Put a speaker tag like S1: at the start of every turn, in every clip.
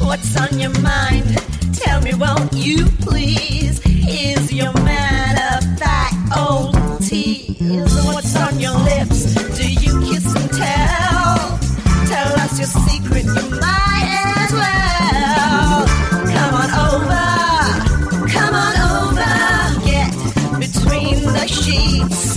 S1: What's on your mind? Tell me, won't you please? Is your man a fat old tease? What's on your lips? Do you kiss and tell? Tell us your secret, you might as well. Come on over, come on over, get between the sheets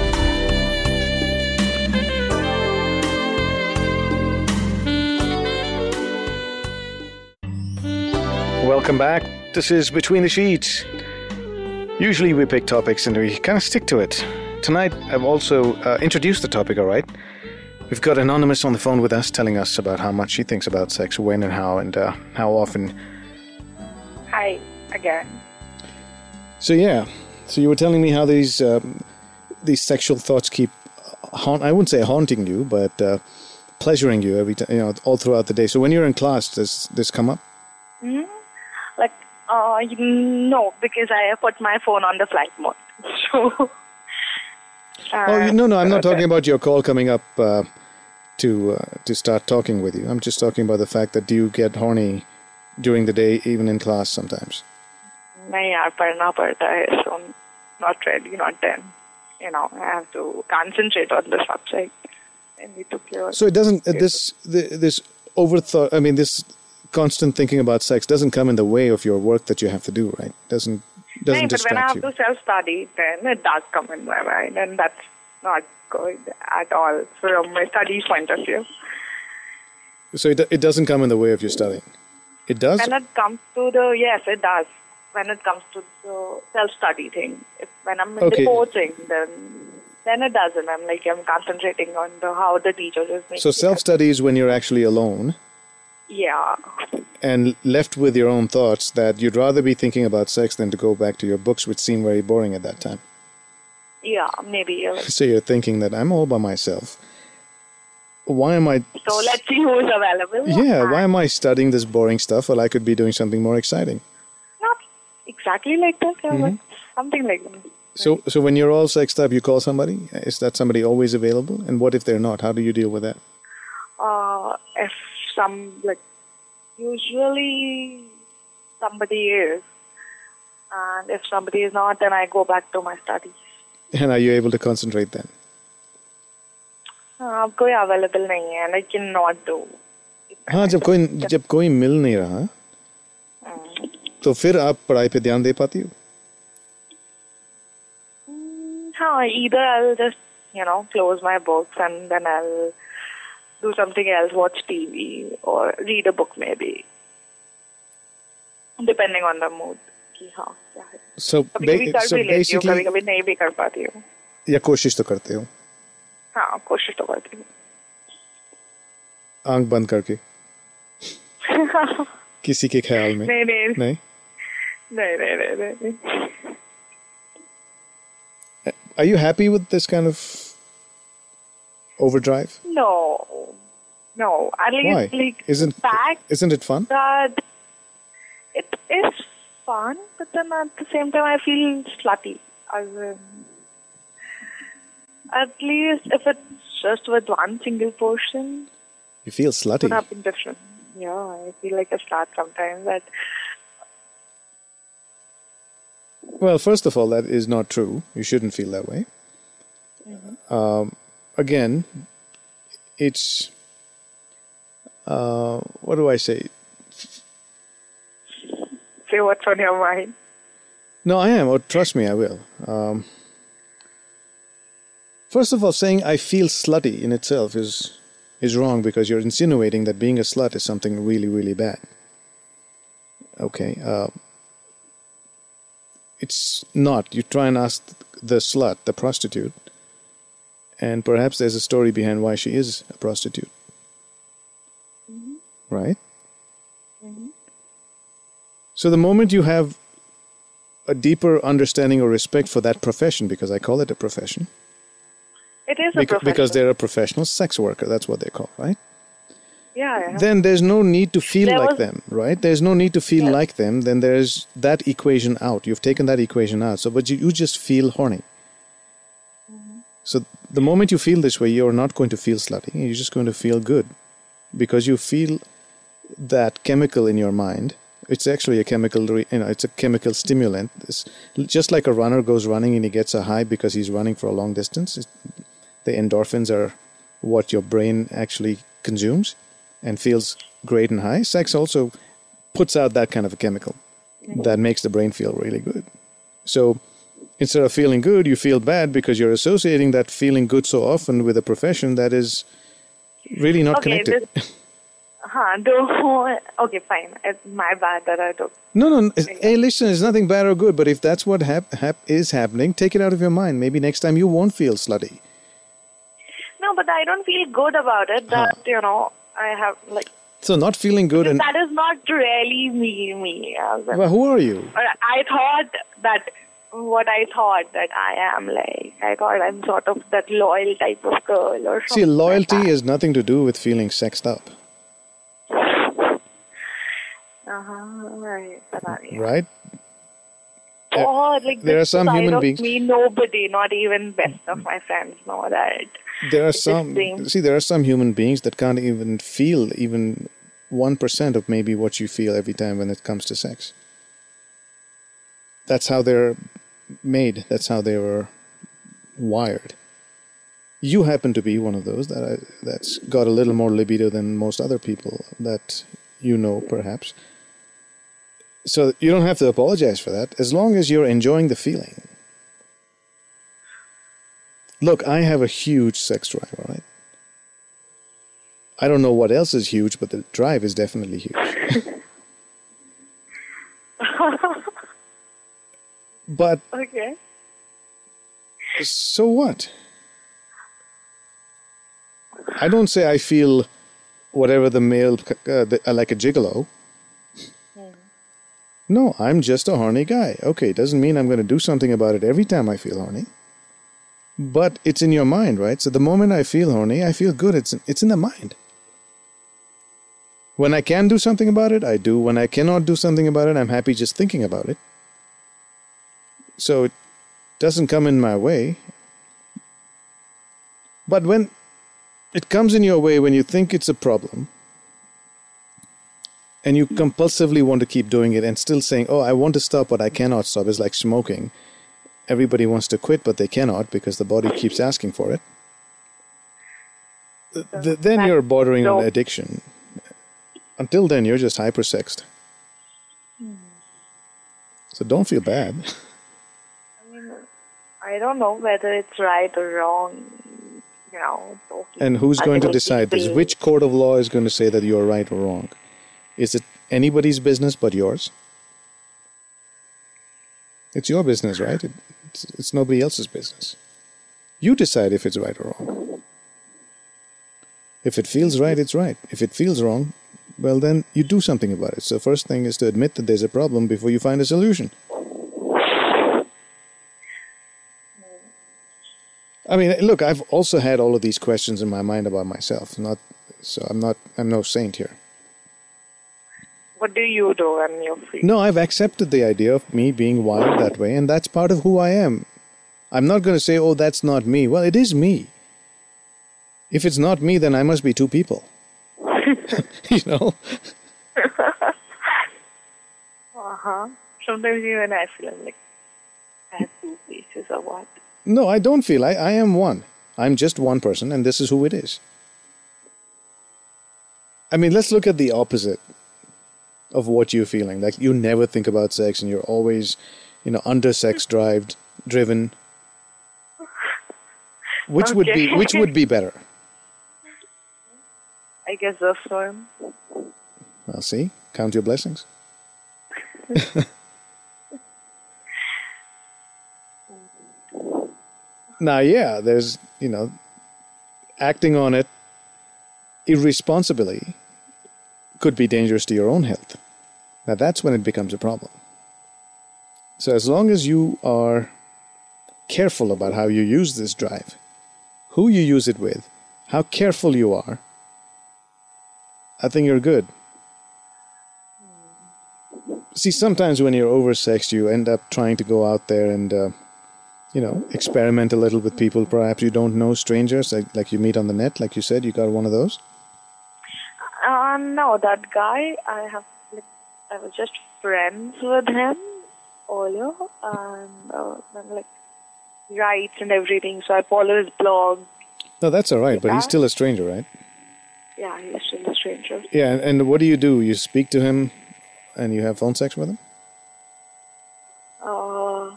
S2: Welcome back. This is Between the Sheets. Usually we pick topics and we kind of stick to it. Tonight I've also uh, introduced the topic, alright? We've got Anonymous on the phone with us telling us about how much she thinks about sex, when and how, and uh, how often.
S3: Hi again.
S2: So yeah, so you were telling me how these um, these sexual thoughts keep haunt. I wouldn't say haunting you, but uh, pleasuring you every time, you know, all throughout the day. So when you're in class, does this come up?
S3: Like, uh, you- no, because I put my phone on the flight mode. So. Uh,
S2: oh you- no, no, I'm not talking about your call coming up uh, to uh, to start talking with you. I'm just talking about the fact that do you get horny during the day, even in class sometimes?
S3: नहीं यार पढ़ना पड़ता है so I'm not ready, not then. You know, I have to concentrate on the subject. I need to clear.
S2: So it doesn't uh, this th- this overthought. I mean, this constant thinking about sex doesn't come in the way of your work that you have to do, right? Doesn't doesn't
S3: नहीं, but when I
S2: distract
S3: have
S2: you.
S3: to self study, then it does come in my mind, and that's not good at all from my study point of view.
S2: So it, it doesn't come in the way of your studying. It does.
S3: when it comes to the yes it does when it comes to the self study thing if, when i'm in
S2: Okay.
S3: the coaching then then it doesn't i'm like i'm concentrating on the how the teacher is making
S2: So self study is when you're actually alone
S3: yeah
S2: and left with your own thoughts that you'd rather be thinking about sex than to go back to your books, which seem very boring at that time.
S3: yeah maybe uh,
S2: So you're thinking that I'm all by myself. Why am I?
S3: so let's see who's available
S2: Yeah,
S3: And
S2: why am I studying this boring stuff while I could be doing something more exciting?
S3: not exactly like that yeah, but
S2: Mm-hmm.
S3: something like that
S2: So, so when you're all sexed up, you call somebody. Is that somebody always available? And what if they're not? How do you deal with that?
S3: uh, if some like usually somebody is and if somebody is not then i go back to my studies
S2: And are you able to concentrate then?
S3: हाँ, अब कोई available नहीं है like can not do
S2: हाँ जब कोई जब कोई मिल नहीं रहा तो फिर आप पढ़ाई पे ध्यान दे पाती हो
S3: हाँ either I'll just you know close my books and then I'll do something else, watch TV or read a book maybe, depending on the mood. कि हाँ क्या है
S2: so,
S3: कभी
S2: ba-
S3: कभी कर
S2: so
S3: भी लेती हूँ कभी
S2: basically
S3: कभी नहीं भी कर पाती हूँ
S2: या कोशिश तो करते हो
S3: हाँ कोशिश तो करती हूँ
S2: आंख बंद करके किसी के ख्याल में
S3: नहीं नहीं
S2: नहीं
S3: नहीं नहीं नहीं नहीं
S2: are you happy with this kind of overdrive
S3: no no at least
S2: why
S3: like
S2: isn't
S3: back
S2: isn't it fun
S3: that it is fun, but then at the same time, I feel slutty. As in, at least if it's just with one single person,
S2: you feel
S3: it would
S2: slutty
S3: have been different. Yeah, I feel like a slut sometimes, but
S2: well first of all that is not true you shouldn't feel that way um, again it's uh, what do I say
S3: say what's on your mind.
S2: No, I am. Oh, trust me, I will. Um, first of all, saying I feel slutty in itself is is wrong because you're insinuating that being a slut is something really, really bad. Okay. Uh, it's not. You try and ask the slut, the prostitute,
S4: and perhaps there's a story behind why she is a prostitute. Right? So the moment you have a deeper understanding or respect for that profession, because I call it a profession,
S3: It is a
S4: bec-
S3: profession.
S4: because they're a professional sex worker, that's what they're called, right?
S3: yeah, yeah.
S4: Then there's no need to feel
S3: There
S4: like
S3: was-
S4: them, right? There's no need to feel like them. Then there's that equation out. You've taken that equation out. So, but you, you just feel horny.
S3: Mm-hmm.
S4: So the moment you feel this way, you're not going to feel slutty. You're just going to feel good because you feel that chemical in your mind. It's actually a chemical, re, you know, it's a chemical stimulant. It's just like a runner goes running and he gets a high because he's running for a long distance. It, the endorphins are what your brain actually consumes and feels great and high. Sex also puts out that kind of a chemical that makes the brain feel really good. So instead of feeling good, you feel bad because you're associating that feeling good so often with a profession that is really not
S3: okay,
S4: connected.
S3: this. Huh, though, okay, fine. It's my bad that I took.
S4: No, no. no. Hey, listen, it's nothing bad or good, but if that's what hap- hap- is happening, take it out of your mind. Maybe next time you won't feel slutty.
S3: No, but I don't feel good about it. That you know, I have like
S4: So not feeling good and
S3: that is not really me. Me. I was like-
S4: well, who are you?
S3: Or I thought that what I thought that I am like. I thought I'm sort of that loyal type of girl or something.
S4: See, loyalty
S3: like
S4: has nothing to do with feeling sexed up,
S3: Uh huh. Right. Pata nahi.
S4: right?
S3: Or, like
S4: there
S3: this
S4: are some
S3: side
S4: human
S3: of
S4: beings-
S3: Me, nobody, not even best of my friends, know that.
S4: There are
S3: It's
S4: some
S3: interesting.
S4: see, there are some human beings that can't even feel even one percent of maybe what you feel every time when it comes to sex. That's how they're made. That's how they were wired. You happen to be one of those that I, that's got a little more libido than most other people that you know, perhaps. So you don't have to apologize for that, as long as you're enjoying the feeling. Look, I have a huge sex drive, all right? I don't know what else is huge, but the drive is definitely huge. but
S3: Okay.
S4: so what? I don't say I feel whatever the male, uh, the, uh, like a gigolo. No, I'm just a horny guy. Okay, it doesn't mean I'm going to do something about it every time I feel horny. But it's in your mind, right? So the moment I feel horny, I feel good. It's it's in the mind. When I can do something about it, I do. When I cannot do something about it, I'm happy just thinking about it. So it doesn't come in my way. But when it comes in your way when you think it's a problem and you compulsively want to keep doing it and still saying, "Oh, I want to stop but I cannot stop." It's like smoking. Everybody wants to quit but they cannot because the body keeps asking for it. Th- th- then
S3: that-
S4: you're bordering on
S3: no.
S4: addiction. Until then, you're just hypersexed. So don't feel bad.
S3: I don't know whether it's right or wrong. You know. so-
S4: And who's
S3: I
S4: going to
S3: think
S4: decide this?
S3: people-
S4: Which court of law is going to say that you're right or wrong? Is it anybody's business but yours? It's your business, right? It, it's, it's nobody else's business. You decide if it's right or wrong. If it feels right, it's right. If it feels wrong, well, then you do something about it. So, first thing is to admit that there's a problem before you find a solution. I mean, look, I've also had all of these questions in my mind about myself. Not so I'm not I'm no saint here.
S3: What do you do when you're free?
S4: No, I've accepted the idea of me being wired that way and that's part of who I am. I'm not going to say, "Oh, that's not me." Well, it is me. If it's not me, then I must be two people. you know?
S3: Uh huh. Sometimes even I feel I'm like I have two faces or what.
S4: No, I don't feel I, I am one. I'm just one person, and this is who it is. I mean, let's look at the opposite of what you're feeling. Like you never think about sex, and you're always, you know, under sex drived, driven. Which would be
S3: Okay.
S4: which would be better?
S3: I guess this one.
S4: Well, see, count your blessings. now, yeah, there's you know acting on it irresponsibly could be dangerous to your own health. Now that's when it becomes a problem. So as long as you are careful about how you use this drive, who you use it with, how careful you are, I think you're good. See, sometimes when you're oversexed, you end up trying to go out there and, uh, you know, experiment a little with people. Perhaps you don't know strangers, like, like you meet on the net, like you said, you got one of those.
S3: Uh, no, that guy, I have, like, I was just friends with him earlier, and uh, then, like, writes and everything, so I follow his blog.
S4: No, that's all right, but
S3: Yeah.
S4: he's still a stranger, right?
S3: Yeah, he's still a stranger.
S4: Yeah, and, and what do you do? You speak to him and you have phone sex with him?
S3: Uh,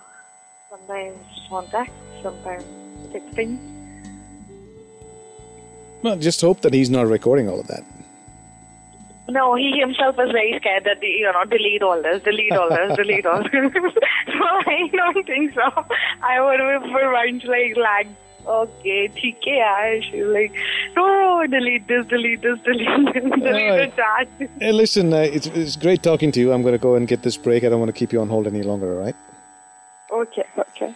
S3: sometimes contact, sometimes texting.
S4: Well, just hope that he's not recording all of that.
S3: No, he himself was very scared that, you know, delete all this, delete all this, delete all this. so I don't think so. I would be for once like, like, okay, theek hai yaar. She was like, no, delete this, delete this, delete this, delete the chat.
S4: Hey, listen, uh, it's, it's great talking to you. I'm going to go and get this break. I don't want to keep you on hold any longer, all right?
S3: Okay, okay.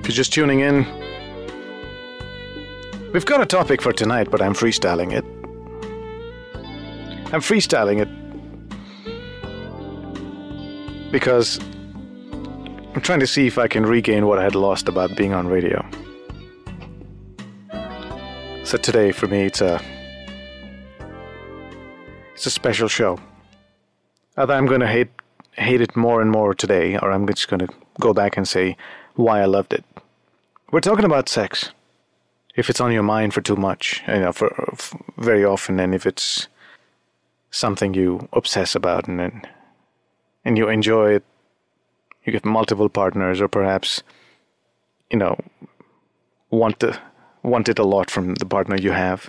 S4: If you're just tuning in, we've got a topic for tonight, but I'm freestyling it. I'm freestyling it because I'm trying to see if I can regain what I had lost about being on radio. So today, for me, it's a it's a special show. Either I'm going to hate hate it more and more today, or I'm just going to go back and say why I loved it. We're talking about sex. If it's on your mind for too much, you know, for, f very often, and if it's something you obsess about and and, and you enjoy it, you get multiple partners, or perhaps, you know, want the want it a lot from the partner you have.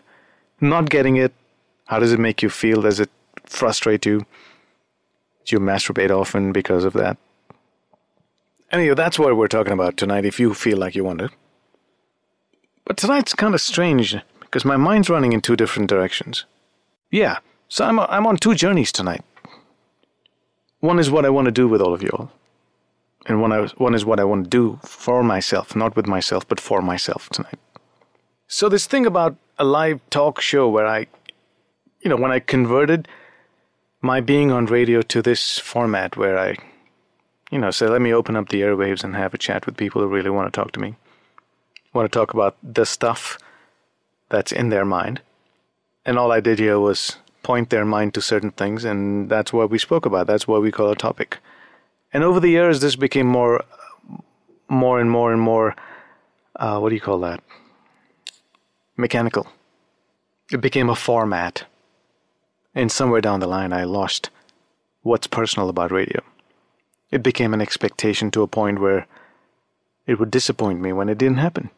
S4: Not getting it, how does it make you feel? Does it frustrate you? Do you masturbate often because of that? Anyway, that's what we're talking about tonight if you feel like you want it. But tonight's kind of strange because my mind's running in two different directions. Yeah, so I'm, I'm on two journeys tonight. One is what I want to do with all of you all, and one, I, one is what I want to do for myself, not with myself, but for myself tonight. So, this thing about a live talk show where I, you know, when I converted my being on radio to this format where I you know, say, let me open up the airwaves and have a chat with people who really want to talk to me, want to talk about the stuff that's in their mind. And all I did here was point their mind to certain things, and that's what we spoke about. That's what we call a topic. And over the years, this became more, more and more and more. Uh, what do you call that? Mechanical. It became a format. And somewhere down the line, I lost what's personal about radio it became an expectation to a point where it would disappoint me when it didn't happen.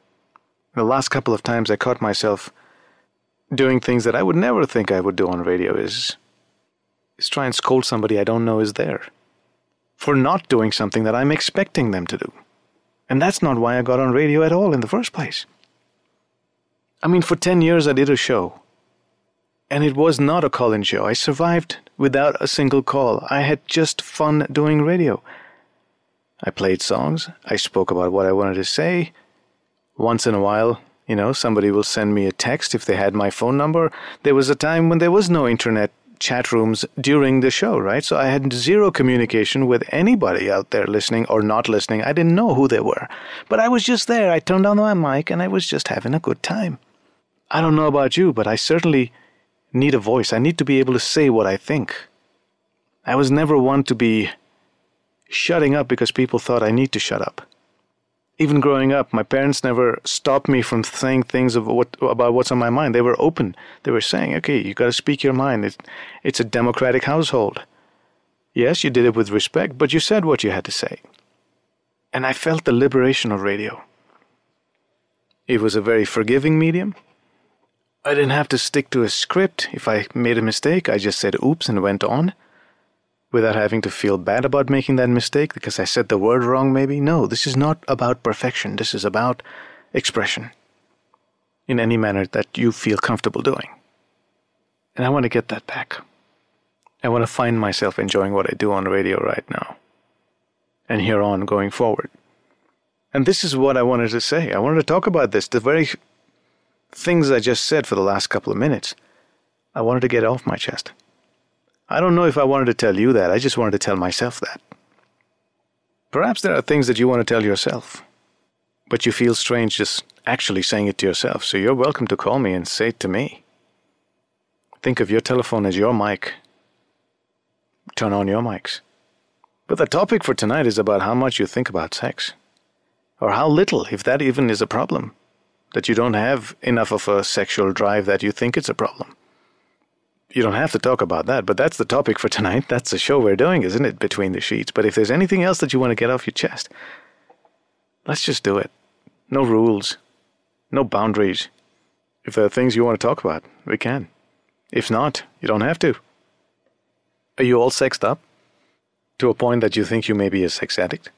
S4: The last couple of times I caught myself doing things that I would never think I would do on radio is is try and scold somebody I don't know is there for not doing something that I'm expecting them to do. And that's not why I got on radio at all in the first place. I mean, for 10 years I did a show and it was not a call in show. I survived without a single call. I had just fun doing radio. I played songs. I spoke about what I wanted to say. Once in a while, you know, somebody will send me a text if they had my phone number. There was a time when there was no internet chat rooms during the show, right? So I had zero communication with anybody out there listening or not listening. I didn't know who they were. But I was just there. I turned on my mic and I was just having a good time. I don't know about you, but I certainly need a voice. I need to be able to say what I think. I was never one to be shutting up because people thought I need to shut up. Even growing up, my parents never stopped me from saying things of what, about what's on my mind. They were open. They were saying, "Okay, you got to speak your mind. It's, it's a democratic household. Yes, you did it with respect, but you said what you had to say." And I felt the liberation of radio. It was a very forgiving medium. I didn't have to stick to a script. If I made a mistake, I just said oops and went on without having to feel bad about making that mistake because I said the word wrong, maybe. No, this is not about perfection. This is about expression. in any manner that you feel comfortable doing. And I want to get that back. I want to find myself enjoying what I do on radio right now and here on going forward. And this is what I wanted to say. I wanted to talk about this. The very things I just said for the last couple of minutes, I wanted to get off my chest. I don't know if I wanted to tell you that. I just wanted to tell myself that. Perhaps there are things that you want to tell yourself, but you feel strange just actually saying it to yourself. So you're welcome to call me and say it to me. Think of your telephone as your mic. Turn on your mics. But the topic for tonight is about how much you think about sex, or how little, if that even is a problem, that you don't have enough of a sexual drive that you think it's a problem. You don't have to talk about that, but that's the topic for tonight. That's the show we're doing, isn't it? Between the sheets. But if there's anything else that you want to get off your chest, let's just do it. No rules, no boundaries. If there are things you want to talk about, we can. If not, you don't have to. Are you all sexed up? to a point that you think you may be a sex addict.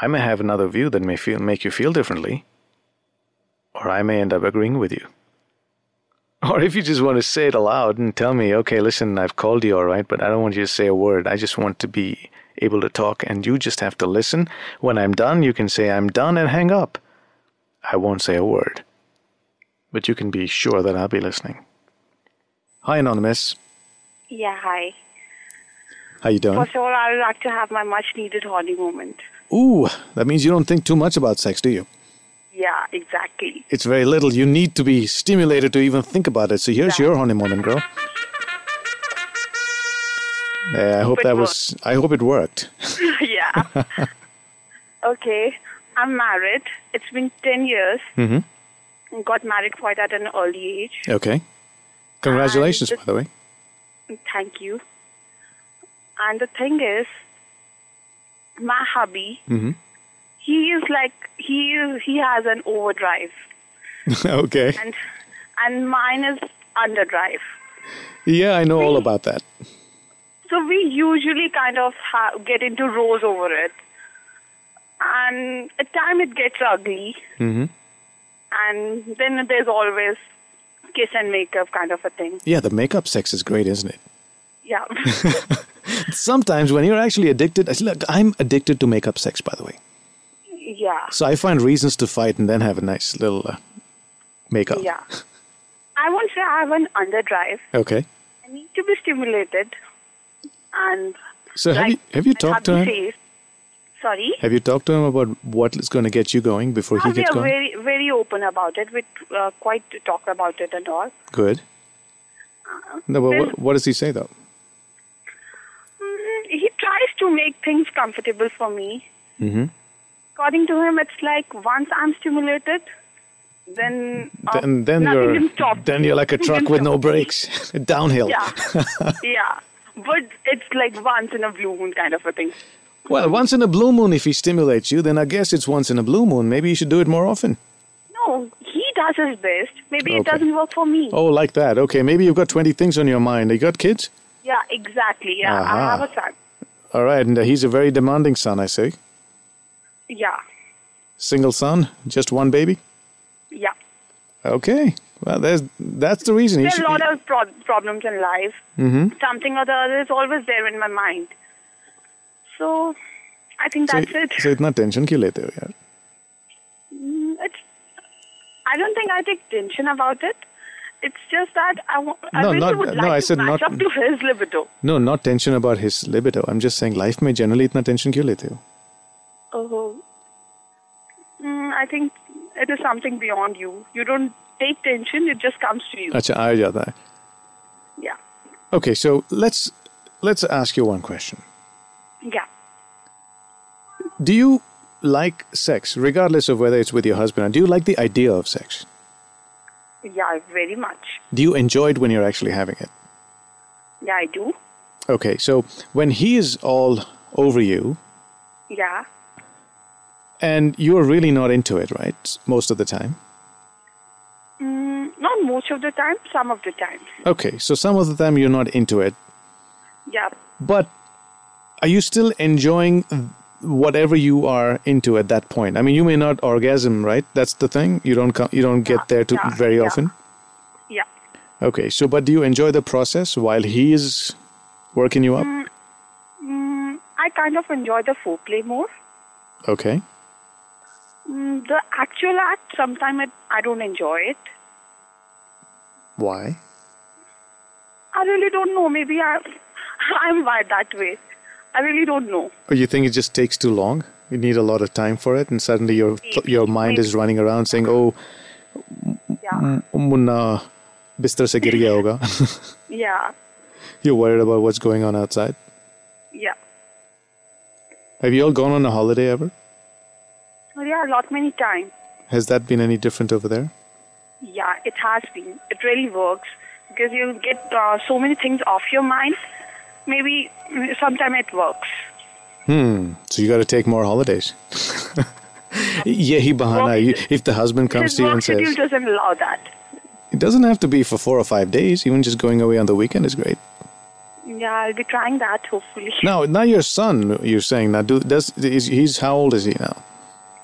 S4: I may have another view that may feel, make you feel differently, or I may end up agreeing with you. Or if you just want to say it aloud and tell me, okay, listen, I've called you all right, but I don't want you to say a word. I just want to be able to talk, and you just have to listen. When I'm done, you can say, I'm done, and hang up. I won't say a word. But you can be sure that I'll be listening. Hi, Anonymous.
S3: Yeah, hi.
S4: How you doing?
S3: For sure, I would like to have my much needed horny moment.
S4: Ooh, that means you don't think too much about sex, do you?
S3: Yeah, exactly.
S4: It's very little. You need to be stimulated to even think about it. So here's your honeymoon, girl. Yeah, Eh, I hope
S3: it
S4: that was. I hope it worked.
S3: yeah. okay, I'm married. It's been 10 years. Mm-hmm. Got married quite at an early age.
S4: Okay. Congratulations,
S3: And
S4: by the way.
S3: Thank you. And the thing is, my hubby, he is like he is, he has an overdrive,
S4: okay.
S3: and and mine is underdrive.
S4: Yeah, I know all about that.
S3: So we usually kind of ha- get into rows over it, and at time it gets ugly,
S4: Mhm.
S3: and then there's always kiss and makeup kind of a thing.
S4: Yeah, the makeup sex is great, isn't it?
S3: Yeah,
S4: Sometimes when you're actually addicted, look, I'm addicted to makeup sex, by the way.
S3: yeah,
S4: So I find reasons to fight and then have a nice little uh, makeup.
S3: yeah. I won't say I have an underdrive.
S4: Okay.
S3: I need to be stimulated. And
S4: So have
S3: like-
S4: you have you
S3: and
S4: talked to
S3: hubby
S4: him?
S3: says- sorry.
S4: Have you talked to him about what is going to get you going before
S3: Uh,
S4: he
S3: we
S4: gets
S3: are
S4: going?
S3: very very open about it. We uh, quite talk about it and all.
S4: Good. No, but what, what does he say though?
S3: Mm, He tries to make things comfortable for me. Mm-hmm. According to him, it's like once I'm stimulated, then uh,
S4: then then
S3: nothing
S4: you're
S3: can stop.
S4: then you're like a
S3: Nothing
S4: truck
S3: can
S4: with no
S3: stop.
S4: brakes, downhill.
S3: Yeah, yeah. But it's like once in a blue moon kind of a thing.
S4: Well, once in a blue moon, if he stimulates you, then I guess it's once in a blue moon. Maybe you should do it more often.
S3: No, he does his best. Maybe it
S4: Okay.
S3: doesn't work for me.
S4: Oh, like that. Okay, maybe you've got twenty things on your mind. You got kids?
S3: Yeah, exactly. Yeah, I
S4: Aha.
S3: have a son.
S4: All right, and uh, he's a very demanding son, I say.
S3: Yeah,
S4: Single son, just one baby.
S3: yeah.
S4: Okay. Well, there's that's the reason. He
S3: There are
S4: should-
S3: a lot of pro- problems in life. Mm-hmm. Something or the other is always there in my mind. So, I think
S4: so,
S3: that's it.
S4: so इतना tension क्यों लेते हो यार?
S3: Mm, It's, I don't think I take tension about it. It's just that I, w- I
S4: No,
S3: really
S4: not-
S3: would
S4: no,
S3: like
S4: I
S3: to
S4: said
S3: match
S4: not-
S3: up to his libido.
S4: No, not tension about his libido. I'm just saying life में generally इतना tension क्यों लेते हो?
S3: Oh. Mm, I think it is something beyond you. You don't take tension, it just comes to you.
S4: अच्छा आ जाता है.
S3: yeah.
S4: Okay, so let's let's ask you one question.
S3: Yeah.
S4: Do you like sex, regardless of whether it's with your husband, or do you like the idea of sex?
S3: Yeah, very much.
S4: Do you enjoy it when you're actually having it?
S3: Yeah, I do.
S4: Okay, so when he is all over you
S3: Yeah.
S4: and you're really not into it, right? Most of the time.
S3: Mm, not most of the time, some of the time.
S4: Okay, so some of the time you're not into it,
S3: Yeah.
S4: but are you still enjoying whatever you are into at that point. I mean, you may not orgasm, right? That's the thing. You don't come, you don't get there too
S3: yeah,
S4: very
S3: yeah.
S4: often.
S3: Yeah.
S4: Okay. So, but do you enjoy the process while he is working you up?
S3: Mm, I kind of enjoy the foreplay more.
S4: Okay.
S3: Mm, the actual act, sometimes I, I don't enjoy it.
S4: Why?
S3: I really don't know. Maybe I, I'm wired that way. I really don't know.
S4: Or Oh, you think it just takes too long? You need a lot of time for it, and suddenly your th- your mind is running around saying, "Oh,
S3: Yeah.
S4: munna, bistar se gir gaya hoga."
S3: Yeah.
S4: You're worried about what's going on outside.
S3: Yeah.
S4: Have you all gone on a holiday ever?
S3: Well, yeah, a lot many times.
S4: Has that been any different over there?
S3: Yeah, it has been. It really works because you get uh, so many things off your mind. Maybe sometimes it works.
S4: So you got to take more holidays. Yehi bahana. You, if the husband comes
S3: His
S4: to you
S3: work
S4: and
S3: schedule
S4: says,
S3: doesn't allow that.
S4: it doesn't have to be for four or five days. Even just going away on the weekend is great.
S3: Yeah, I'll be trying that hopefully.
S4: Now, now your son, you're saying now, do, does is, he's how old is he now?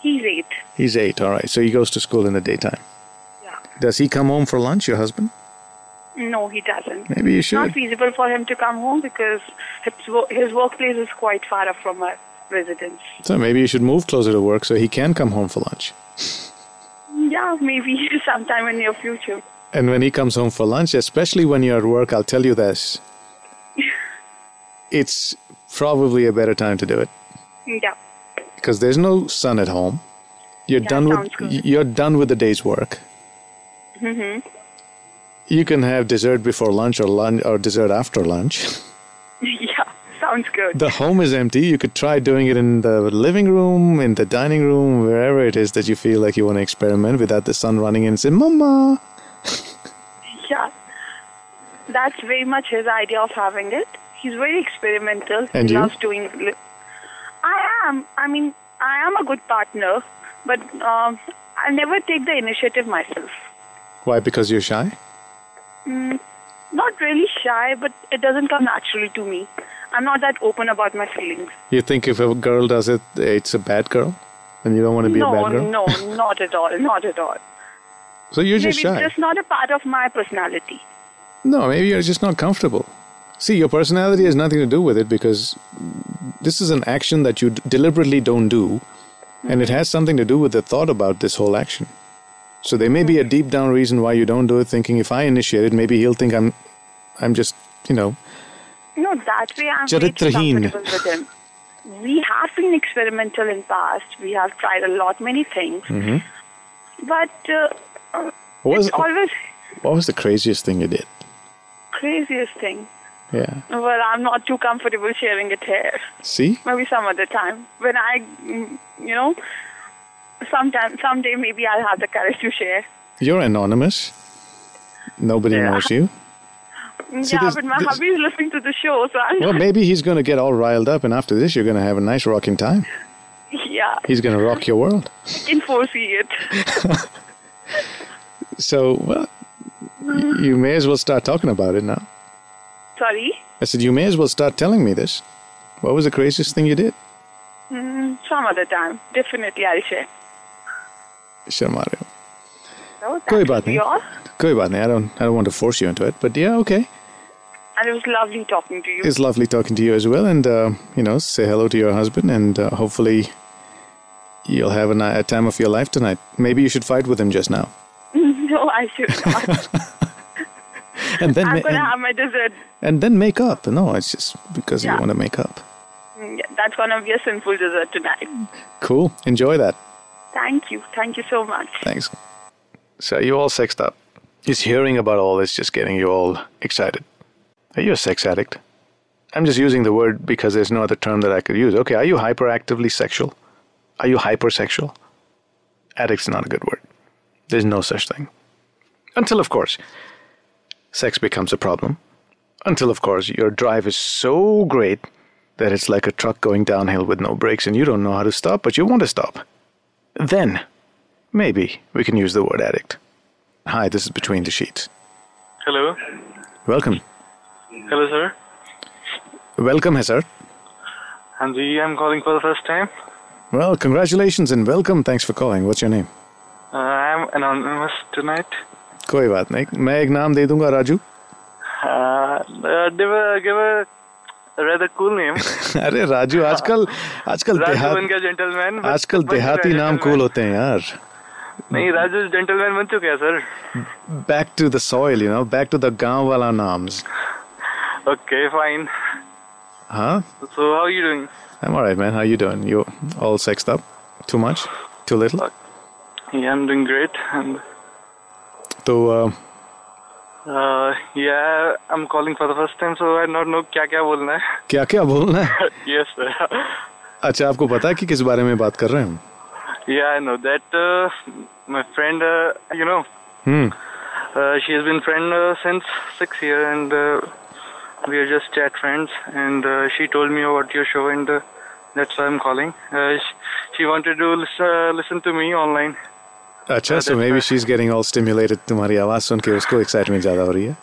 S3: He's eight.
S4: He's eight. All right. So he goes to school in the daytime.
S3: Yeah.
S4: Does he come home for lunch? Your husband?
S3: No, he doesn't.
S4: Maybe you
S3: Not
S4: should.
S3: feasible for him to come home because his, wo- his workplace is quite far up from our residence.
S4: So maybe you should move closer to work so he can come home for lunch.
S3: Yeah, maybe sometime in near future.
S4: And when he comes home for lunch, especially when you're at work, I'll tell you this. it's probably a better time to do it
S3: Yeah.
S4: because there's no sun at home. You're
S3: Yeah,
S4: done with
S3: sounds good. Mm-hmm.
S4: you're done with the day's work. You can have dessert before lunch or lunch or dessert after lunch.
S3: Yeah. Sounds good.
S4: the home is empty. You could try doing it in the living room, in the dining room, wherever it is that you feel like you want to experiment without the sun running in and saying, Mama.
S3: Yeah. That's very much his idea of having it. He's very experimental.
S4: And
S3: he
S4: you?
S3: loves doing. li- I am. I mean, I am a good partner, but um, I never take the initiative myself.
S4: Why? Because you're shy?
S3: Not really shy, but it doesn't come naturally to me. I'm not that open about my feelings.
S4: You think if a girl does it, it's a bad girl? And you don't want to be a
S3: no,
S4: bad girl?
S3: no, not at all. Not at all.
S4: So you're just
S3: Maybe
S4: shy.
S3: it's just not a part of my personality.
S4: No, maybe you're just not comfortable. See, your personality has nothing to do with it because this is an action that you d- deliberately don't do, and it
S3: Mm-hmm.
S4: has something to do with the thought about this whole action. So there may be
S3: Mm-hmm.
S4: a deep down reason why you don't do it, thinking if I initiate it, maybe he'll think I'm, I'm just, you know,
S3: No, that way I'm very
S4: Charitrahin.
S3: comfortable with him. We have been experimental in past. We have tried a lot many things,
S4: Mm-hmm.
S3: but uh, uh,
S4: What was-
S3: it's always
S4: what was the craziest thing you did?
S3: craziest thing.
S4: Yeah.
S3: Well, I'm not too comfortable sharing it here.
S4: See,
S3: Maybe some other time when I, mm, you know, sometime someday maybe I'll have the courage to share.
S4: you're anonymous. Nobody
S3: Yeah.
S4: knows you.
S3: yeah,
S4: this-
S3: but my
S4: this-
S3: hubby is listening to the show, so I'm
S4: Well, maybe he's going to get all riled up, and after this, you're going to have a nice rocking time.
S3: yeah,
S4: He's going to rock your world.
S3: I can foresee it.
S4: So, well, y- you may as well start talking about it now.
S3: Sorry.
S4: I said, you may as well start telling me this. What was the craziest thing you did?
S3: Mm, some other time, definitely I'll share.
S4: Sharmario.
S3: So that
S4: कोई
S3: would
S4: बात
S3: be
S4: नहीं।
S3: all.
S4: Koi baat nahi, I don't, I don't want to force you into it, but yeah, okay.
S3: And it was lovely talking to you.
S4: It's lovely talking to you as well, and uh, you know, say hello to your husband, and uh, hopefully, you'll have a, ni- a time of your life tonight. Maybe you should fight with him just now,
S3: no, I should not.
S4: and then
S3: I'm
S4: ma-
S3: going to
S4: and,
S3: have my dessert.
S4: and then make up. No, it's just because you
S3: Yeah.
S4: want to make up.
S3: Mm, That's going to be a sinful dessert tonight.
S4: Cool. Enjoy that.
S3: Thank you. Thank you so much.
S4: Thanks. So you all sexed up. Just hearing about all this just getting you all excited. Are you a sex addict? I'm just using the word because there's no other term that I could use. Okay, are you hyperactively sexual? Are you hypersexual? Addict's not a good word. There's no such thing. Until, of course, sex becomes a problem. Until, of course, your drive is so great that it's like a truck going downhill with no brakes and you don't know how to stop, but you want to stop. Then, Maybe we can use the word addict. Hi, this is Between the Sheets.
S5: Hello.
S4: Welcome.
S5: Hello, sir.
S4: Welcome, hai, sir.
S5: Hanji, I'm calling for the first time.
S4: Well, congratulations and welcome. Thanks for calling. What's your name?
S5: Uh, I'm anonymous tonight.
S4: कोई बात नहीं मैं एक नाम दे दूंगा Raju
S5: Uh, uh, give a give a rather cool name.
S4: अरे राजू आजकल आजकल
S5: राजू बन
S4: देहात
S5: गया जेंटलमैन
S4: आजकल देहाती नाम कूल होते हैं यार
S5: नहीं राजू जेंटलमैन बन चुके हैं sir
S4: back to the soil you know back to the गांव वाला नाम्स
S5: ओके फाइन
S4: हाँ
S5: so how you doing
S4: I'm all right, man. How you doing? You all sexed up? Too much? Too little?
S5: Yeah, I'm doing great. And
S4: तो uh,
S5: uh, yeah, I'm calling for the first time, so I don't know क्या क्या बोलना है.
S4: क्या क्या बोलना है
S5: yes, sir.
S4: अच्छा आपको पता है कि किस बारे में बात कर रहे हैं हम
S5: yeah, I know that uh, my friend, uh, you know,
S4: Hmm.
S5: uh, she has been friend uh, since six year, and uh, we are just chat friends. And uh, she told me about your show, and uh, that's why I'm calling. Uh, she, she wanted to listen, uh, listen to me online.
S4: अच्छा so maybe she's getting all stimulated तुम्हारी आवाज सुन के उसको excitement ज्यादा हो रही है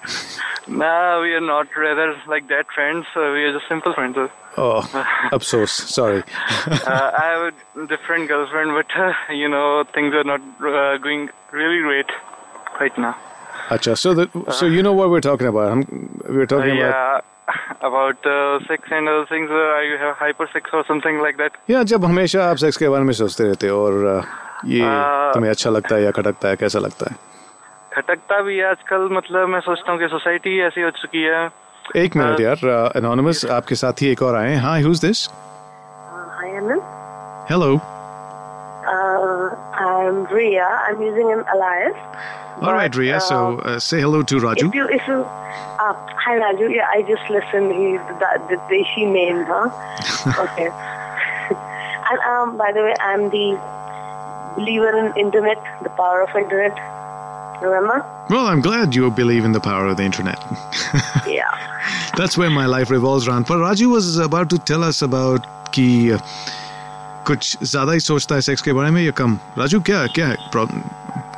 S5: Nah, we are not rather like that friends. Uh, we are just simple friends. Uh,
S4: ओह अफसोस sorry
S5: uh, I have a different girlfriend, but uh, you know things are not uh, going really great right now.
S4: अच्छा so the, so you know what we're talking about हम we're
S5: Uh,
S4: talking about
S5: yeah, about uh, sex and other things. Uh, I have hypersex or something like that.
S4: या जब हमेशा आप sex के बारे में सोचते रहते हो और uh, ये
S5: Uh,
S4: तुम्हें अच्छा लगता है या खटकता है कैसा लगता है
S5: खटकता भी है आजकल मतलब मैं सोचता हूँ कि सोसाइटी ही ऐसी हो चुकी है
S4: एक मिनट
S5: uh,
S4: यार एनोनिमस आपके साथ ही एक और आए हैं hi who's this
S6: Hi, Anand.
S4: Hello
S6: Uh, I'm Ria. I'm using an alias.
S4: All right, Ria. so uh, say hello to Raju.
S6: If you, if you, uh, hi Raju. Yeah, I just listened. He, that, that they, she named her. okay. and um, by the way, I'm the believer in internet, the power of internet. Remember?
S4: well, I'm glad you believe in the power of the internet.
S6: Yeah.
S4: That's where my life revolves around. But Raju was about to tell us about कि uh, कुछ ज़्यादा ही सोचता है sex के बारे में या कम राजू क्या क्या है प्रॉब्लम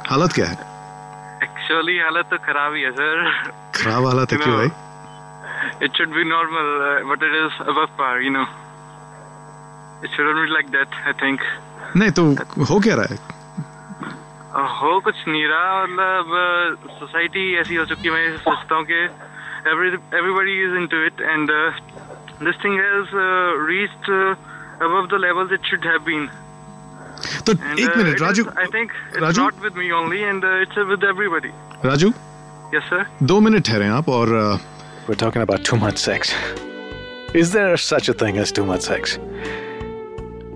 S4: हालत क्या है
S5: एक्चुअली हालत तो खराब ही है सर
S4: खराब हालत है क्यों भाई
S5: it should be normal but it is above par you know it should be like that I think
S4: नहीं तो हो क्या रहा है
S5: हो कुछ नहीं रहा मतलब सोसाइटी ऐसी हो चुकी है मैं सोचता हूँ कि everybody is into it and this thing has reached above the levels it should have been
S4: तो
S5: And,
S4: एक
S5: uh,
S4: minute
S5: it
S4: Raju
S5: is- I think it's
S4: Raju?
S5: not with me only, and uh, it's uh, with everybody.
S4: Raju
S5: Yes, sir.
S4: दो minute ठहरे आप और uh,
S7: We're talking about too much sex. Is there such a thing as too much sex?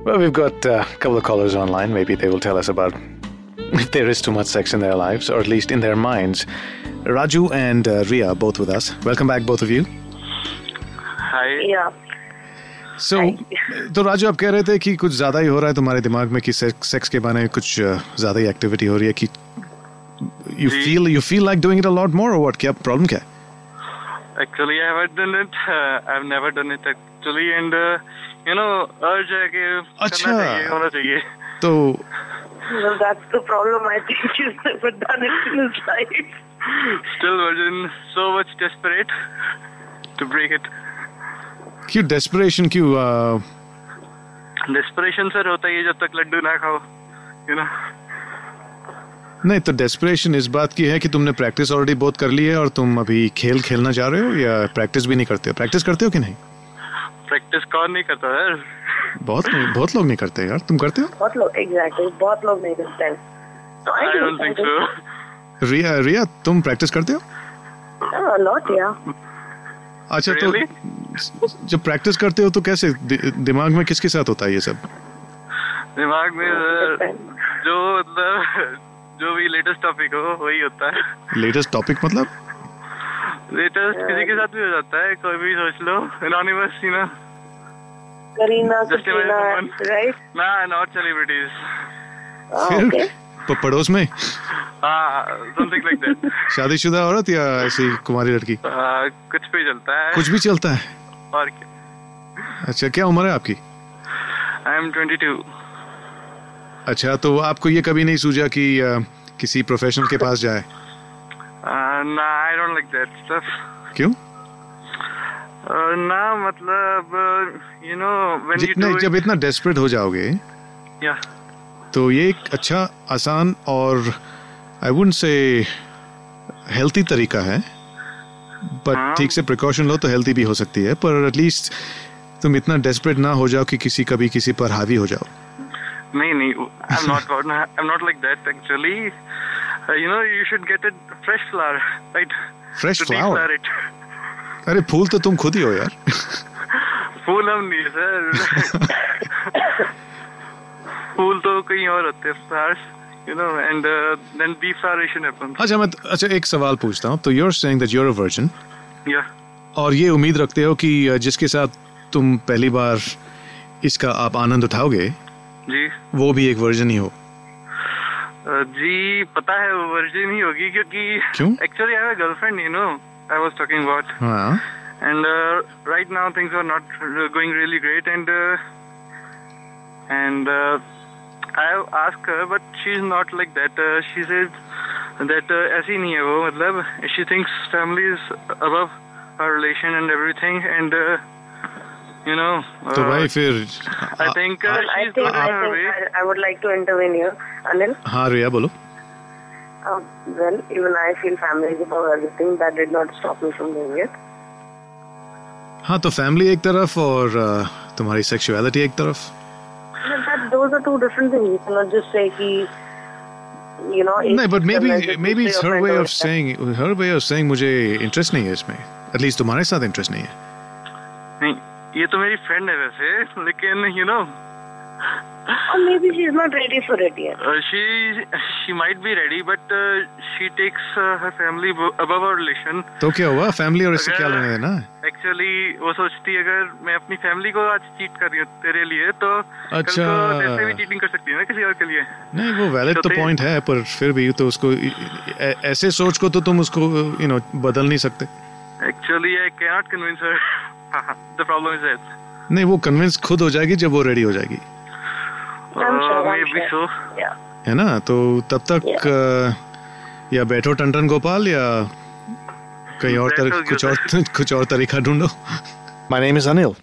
S7: Well, we've got uh, a couple of callers online. Maybe they will tell us about if there is too much sex in their lives, or at least in their minds.
S4: Raju and uh, Ria are both with us. Welcome back, both of you.
S5: Hi.
S6: Yeah.
S4: सो तो राजू आप कह रहे थे कि कुछ ज्यादा ही हो रहा है तुम्हारे दिमाग में कि सेक्स सेक्स के बारे में कुछ अ, ज्यादा ही एक्टिविटी हो रही है कि यू
S5: जी।
S4: Feel you feel like doing it a lot more what क्या प्रॉब्लम क्या है
S5: Actually, I haven't done it. Uh, I've never done it actually, and uh, you know, urge है कि करना
S4: अच्छा।
S5: चाहिए, होना चाहिए.
S4: तो
S6: Well, that's the problem. I think he's never done it in his life.
S5: Still virgin, so much desperate to break it.
S4: क्यों desperation क्यों अ,
S5: Desperation sir होता ही है जब तक लड्डू ना खाओ. You know.
S4: नहीं तो डेस्परेशन इस बात की है कि तुमने प्रैक्टिस ऑलरेडी बहुत कर ली है और तुम अभी खेल खेलना चाह रहे हो या प्रैक्टिस भी नहीं करते हो प्रैक्टिस करते हो कि नहीं
S5: प्रैक्टिस कौन नहीं करता सर
S4: बहुत बहुत लोग नहीं करते यार तुम करते हो
S6: बहुत लोग exactly. बहुत लोग नहीं करते हैं. So I,
S5: I
S6: do
S5: don't
S6: it, I
S5: think
S6: do
S5: so
S6: it.
S4: Ria Ria तुम प्रैक्टिस करते हो
S6: Oh, a lot, yeah.
S4: अच्छा
S5: Really?
S4: तो जब प्रैक्टिस करते हो तो कैसे दि, दिमाग में किसके साथ होता है ये सब
S5: दिमाग में सर
S6: Depends.
S5: जो मतलब जो भी लेटेस्ट टॉपिक हो वही होता है
S4: लेटेस्ट टॉपिक मतलब
S5: लेटेस्ट किसी के साथ भी हो जाता है कोई भी सोच लो anonymous you know
S6: Karina,
S5: Just a
S6: Katrina,
S5: moment.
S6: right?
S5: ना नॉट सेलिब्रिटीज
S6: Oh,
S4: फिर
S6: okay.
S4: प- पड़ोस में
S5: हाँ समथिंग लाइक दैट
S4: शादीशुदा औरत या ऐसी कुमारी लड़की
S5: Ah, कुछ भी चलता है
S4: कुछ भी चलता है
S5: और क्या
S4: अच्छा क्या उम्र है आपकी
S5: आई एम 22
S4: अच्छा तो आपको ये कभी नहीं सूझा कि अ, किसी प्रोफेशनल के पास जाए
S5: Ah, ना I don't like that stuff
S4: क्यों
S5: Uh, nah, matlab, uh, you know, when you
S4: जितने
S5: do
S4: जब
S5: it,
S4: इतना डेस्परेट हो जाओगे
S5: yeah,
S4: तो ये एक अच्छा आसान और आई वुडंट से हेल्थी तरीका है बट
S5: हाँ।
S4: ठीक से प्रिकॉशन लो तो हेल्थी भी हो सकती है पर एटलीस्ट तुम इतना डेस्परेट ना हो जाओ कि किसी कभी किसी पर हावी हो जाओ
S5: nahi, nahi, I'm not, about- I'm not like that actually. Uh, you know, you should get it fresh flour, right?
S4: Fresh
S5: to
S4: flour?
S5: deflower it.
S4: अरे फूल तो तुम खुद ही हो यार
S5: फूल हम नहीं सर फूल तो कहीं और होते हैं flowers you know and then defloration happens
S4: अच्छा मैं अच्छा एक सवाल पूछता हूँ तो you're saying that you're a virgin
S5: या
S4: और ये उम्मीद रखते हो कि अ, जिसके साथ तुम पहली बार इसका आप आनंद उठाओगे
S5: जी
S4: वो भी एक वर्जन ही हो
S5: Uh, जी पता है वर्जिन ही होगी क्योंकि
S4: क्यों?
S5: Actually I have girlfriend you know I was talking about
S4: हाँ
S5: and right now things are not going really great and and I have ask her but she is not like that she says that uh, ऐसी नहीं है वो मतलब she thinks family is above her relation and everything and you know
S4: तो भाई फिर
S5: I think
S6: Well, I think, I, think I, I would like to intervene here. Anil,
S4: हाँ रिया बोलो
S6: uh, well, even I feel family is above everything. That did not stop me from doing it.
S4: हाँ तो family एक तरफ और अ, तुम्हारी sexuality एक तरफ
S6: But that, those are two different things. You cannot just say he, you know.
S4: नहीं but may
S6: it's
S4: be
S6: just
S4: may be it's
S6: your
S4: her
S6: friend
S4: way
S6: or
S4: of saying her way of saying मुझे interest नहीं है इसमें at least तुम्हारे साथ interest नहीं है
S5: नहीं ये तो मेरी फ्रेंड है वैसे लेकिन you know
S6: Or maybe she's not ready for it yet.
S5: Uh, she she might be ready, but uh, she takes uh, her family abo- above her relation.
S4: तो क्या हुआ फैमिली और इससे
S5: अगर-
S4: क्या लेना देना है
S5: Actually, वो सोचती है अगर मैं अपनी फैमिली को आज चीट कर रही हूँ तेरे लिए तो कल
S4: अच्छा।
S5: को जैसे भी चीटिंग कर सकती है ना किसी और के लिए
S4: नहीं वो वैलिड तो
S5: तो ते-
S4: पॉइंट है पर फिर भी तो उसको ऐ- ऐसे सोच को तो तुम उसको यू नो बदल नहीं सकते
S5: actually I cannot convince her the problem is that
S4: नहीं वो कन्विंस खुद हो जाएगी जब वो रेडी हो जाएगी
S6: I'm sure,
S5: may
S6: I'm
S5: be so
S6: sure. Yeah.
S4: है ना तो तब तक अ, या बैठो टंटन गोपाल या कहीं और तर,
S5: बैठो
S4: कुछ और कुछ और तरीका ढूंढो
S7: My name is Anil.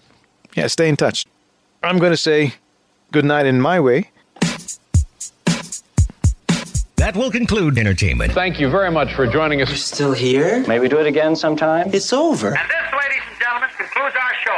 S7: Yeah, stay in touch. I'm going to say good night in my way.
S8: That will conclude entertainment.
S9: Thank you very much for joining us.
S10: Still here?
S11: Maybe do it again sometime.
S10: It's over.
S9: And this, ladies and gentlemen, concludes our show.